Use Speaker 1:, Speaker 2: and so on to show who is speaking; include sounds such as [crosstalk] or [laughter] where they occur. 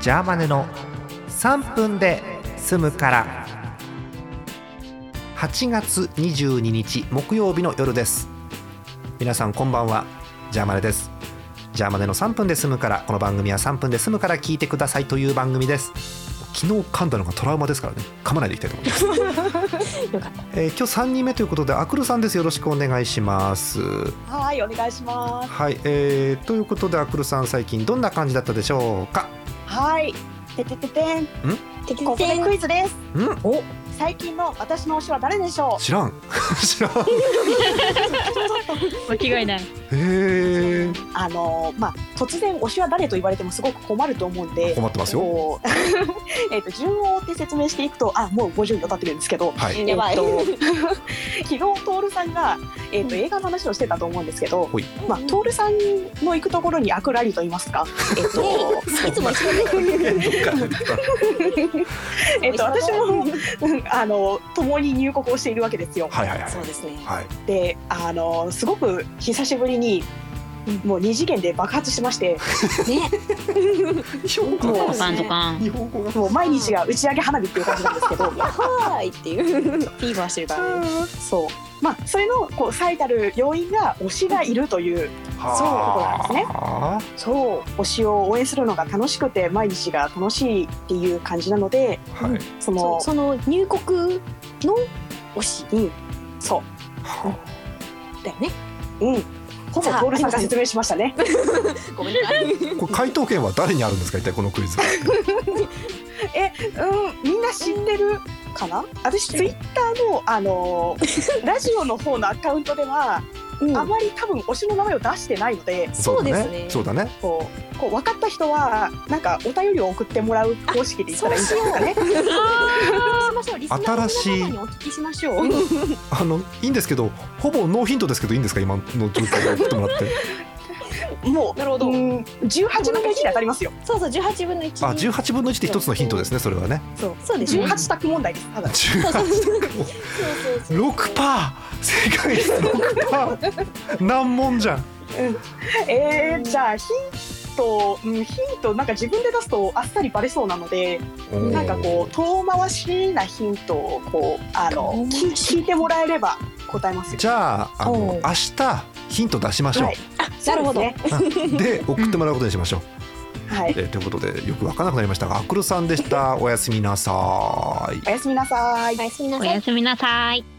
Speaker 1: ジャーマネの3分で済むから8月22日木曜日の夜です皆さんこんばんはジャーマネですジャーマネの3分で済むからこの番組は3分で済むから聞いてくださいという番組です昨日噛んだのがトラウマですからね噛まないでいきたいと思います
Speaker 2: [laughs] よかった。
Speaker 1: えー今日3人目ということでアクルさんですよろしくお願いします
Speaker 2: はーい、お願いします。
Speaker 1: はい、えー、ということでアクルさん最近どんな感じだったでしょうか
Speaker 2: はーい。ててててん。
Speaker 3: てて
Speaker 2: ここでクイズです。
Speaker 1: うん
Speaker 2: お、最近の私の推しは誰でしょ
Speaker 1: [laughs] 知らん知らん
Speaker 3: 間違いない。
Speaker 1: へえ
Speaker 2: う。あのーまあ突然推しは誰と言われてもすごく困ると思うんで。
Speaker 1: 困ってますよ
Speaker 2: こう [laughs] えっと順を追って説明していくと、あ、もう50秒経ってるんですけど。
Speaker 1: はい
Speaker 2: え
Speaker 3: やば
Speaker 2: っ
Speaker 3: い。
Speaker 2: と [laughs] 木戸徹さんが、えっと映画の話をしてたと思うんですけど
Speaker 1: ほい、
Speaker 2: まあ、徹さんの行くところにアクラリと言いますか、えっと
Speaker 3: いつも一緒に
Speaker 2: [laughs] えっと私もうんあの共に入国をしているわけですよ。
Speaker 1: はいはいはい
Speaker 3: そうですね。
Speaker 1: はい
Speaker 2: であのすごく久しぶりにもう二次元で爆発しまして
Speaker 3: ね。
Speaker 1: 日本
Speaker 2: 語が
Speaker 3: パンとか
Speaker 1: 日本語が
Speaker 2: もう毎日が打ち上げ花火っていう感じなんですけ
Speaker 3: [laughs]
Speaker 2: ど
Speaker 3: はいっていう。フィーバーしてるからね。
Speaker 2: そうまあそれのこう最たる要因が推しがいるというそういう
Speaker 1: なんですね
Speaker 2: そう推しを応援するのが楽しくて毎日が楽しいっていう感じなので
Speaker 1: はい
Speaker 2: そ
Speaker 3: そ
Speaker 2: の
Speaker 3: うその入国の推し
Speaker 2: うんそ
Speaker 1: は
Speaker 3: だよね。
Speaker 2: ううんほぼ
Speaker 3: さあ
Speaker 2: 徹さんが説明しましたね
Speaker 3: ごめんなさい。
Speaker 1: あこれ回答権は誰にあるんですか一体このクイズ
Speaker 2: うんみんな知ってるかな私ツイッターのあの
Speaker 3: [laughs]
Speaker 2: ラジオの方のアカウントでは
Speaker 3: うん
Speaker 2: あまり多分推しの名前を出してないので
Speaker 3: そうですね
Speaker 1: そうだね
Speaker 2: こうこう分かった人はなんかお便りを送ってもらう方式で言ったらいいんじゃないですかね。
Speaker 3: あーしましょう。リスナーの皆様にお聞きしましょう。
Speaker 1: あのいいんですけどほぼノーヒントですけどいいんですか今の状態で送ってもらって
Speaker 2: もう
Speaker 3: なるほど
Speaker 2: うん18分の1で当たりますよ。
Speaker 3: そうそう、十八分の一。
Speaker 1: あ18分の1で一つのヒントですねそれはね
Speaker 3: そう、そうですね。
Speaker 2: 18択問題です。た
Speaker 3: [laughs]
Speaker 2: だ
Speaker 3: そうそうそ
Speaker 1: 18
Speaker 3: うそうそうそう
Speaker 1: 6パー正解率6パー難問じゃん
Speaker 2: えー、じゃあヒント、うん、ヒントなんか自分で出すとあっさりバレそうなのでなんかこう遠回しなヒントをこうあの
Speaker 3: 遠
Speaker 2: 聞
Speaker 3: 回し
Speaker 2: 聞いてもらえれば答えますよ。
Speaker 1: じゃああ
Speaker 3: お
Speaker 1: の
Speaker 3: う
Speaker 1: 明日ヒント出しましょう、
Speaker 2: はい
Speaker 3: なるほど
Speaker 2: そうですね
Speaker 1: [laughs] で送ってもらうことにしましょう、
Speaker 2: はい。
Speaker 1: えーということでよくわからなくなりましたがアクロさんでしたおやすみなさーい
Speaker 2: おやすみなさい
Speaker 3: お。やすみな
Speaker 4: お
Speaker 3: さい
Speaker 4: や。すみなさい。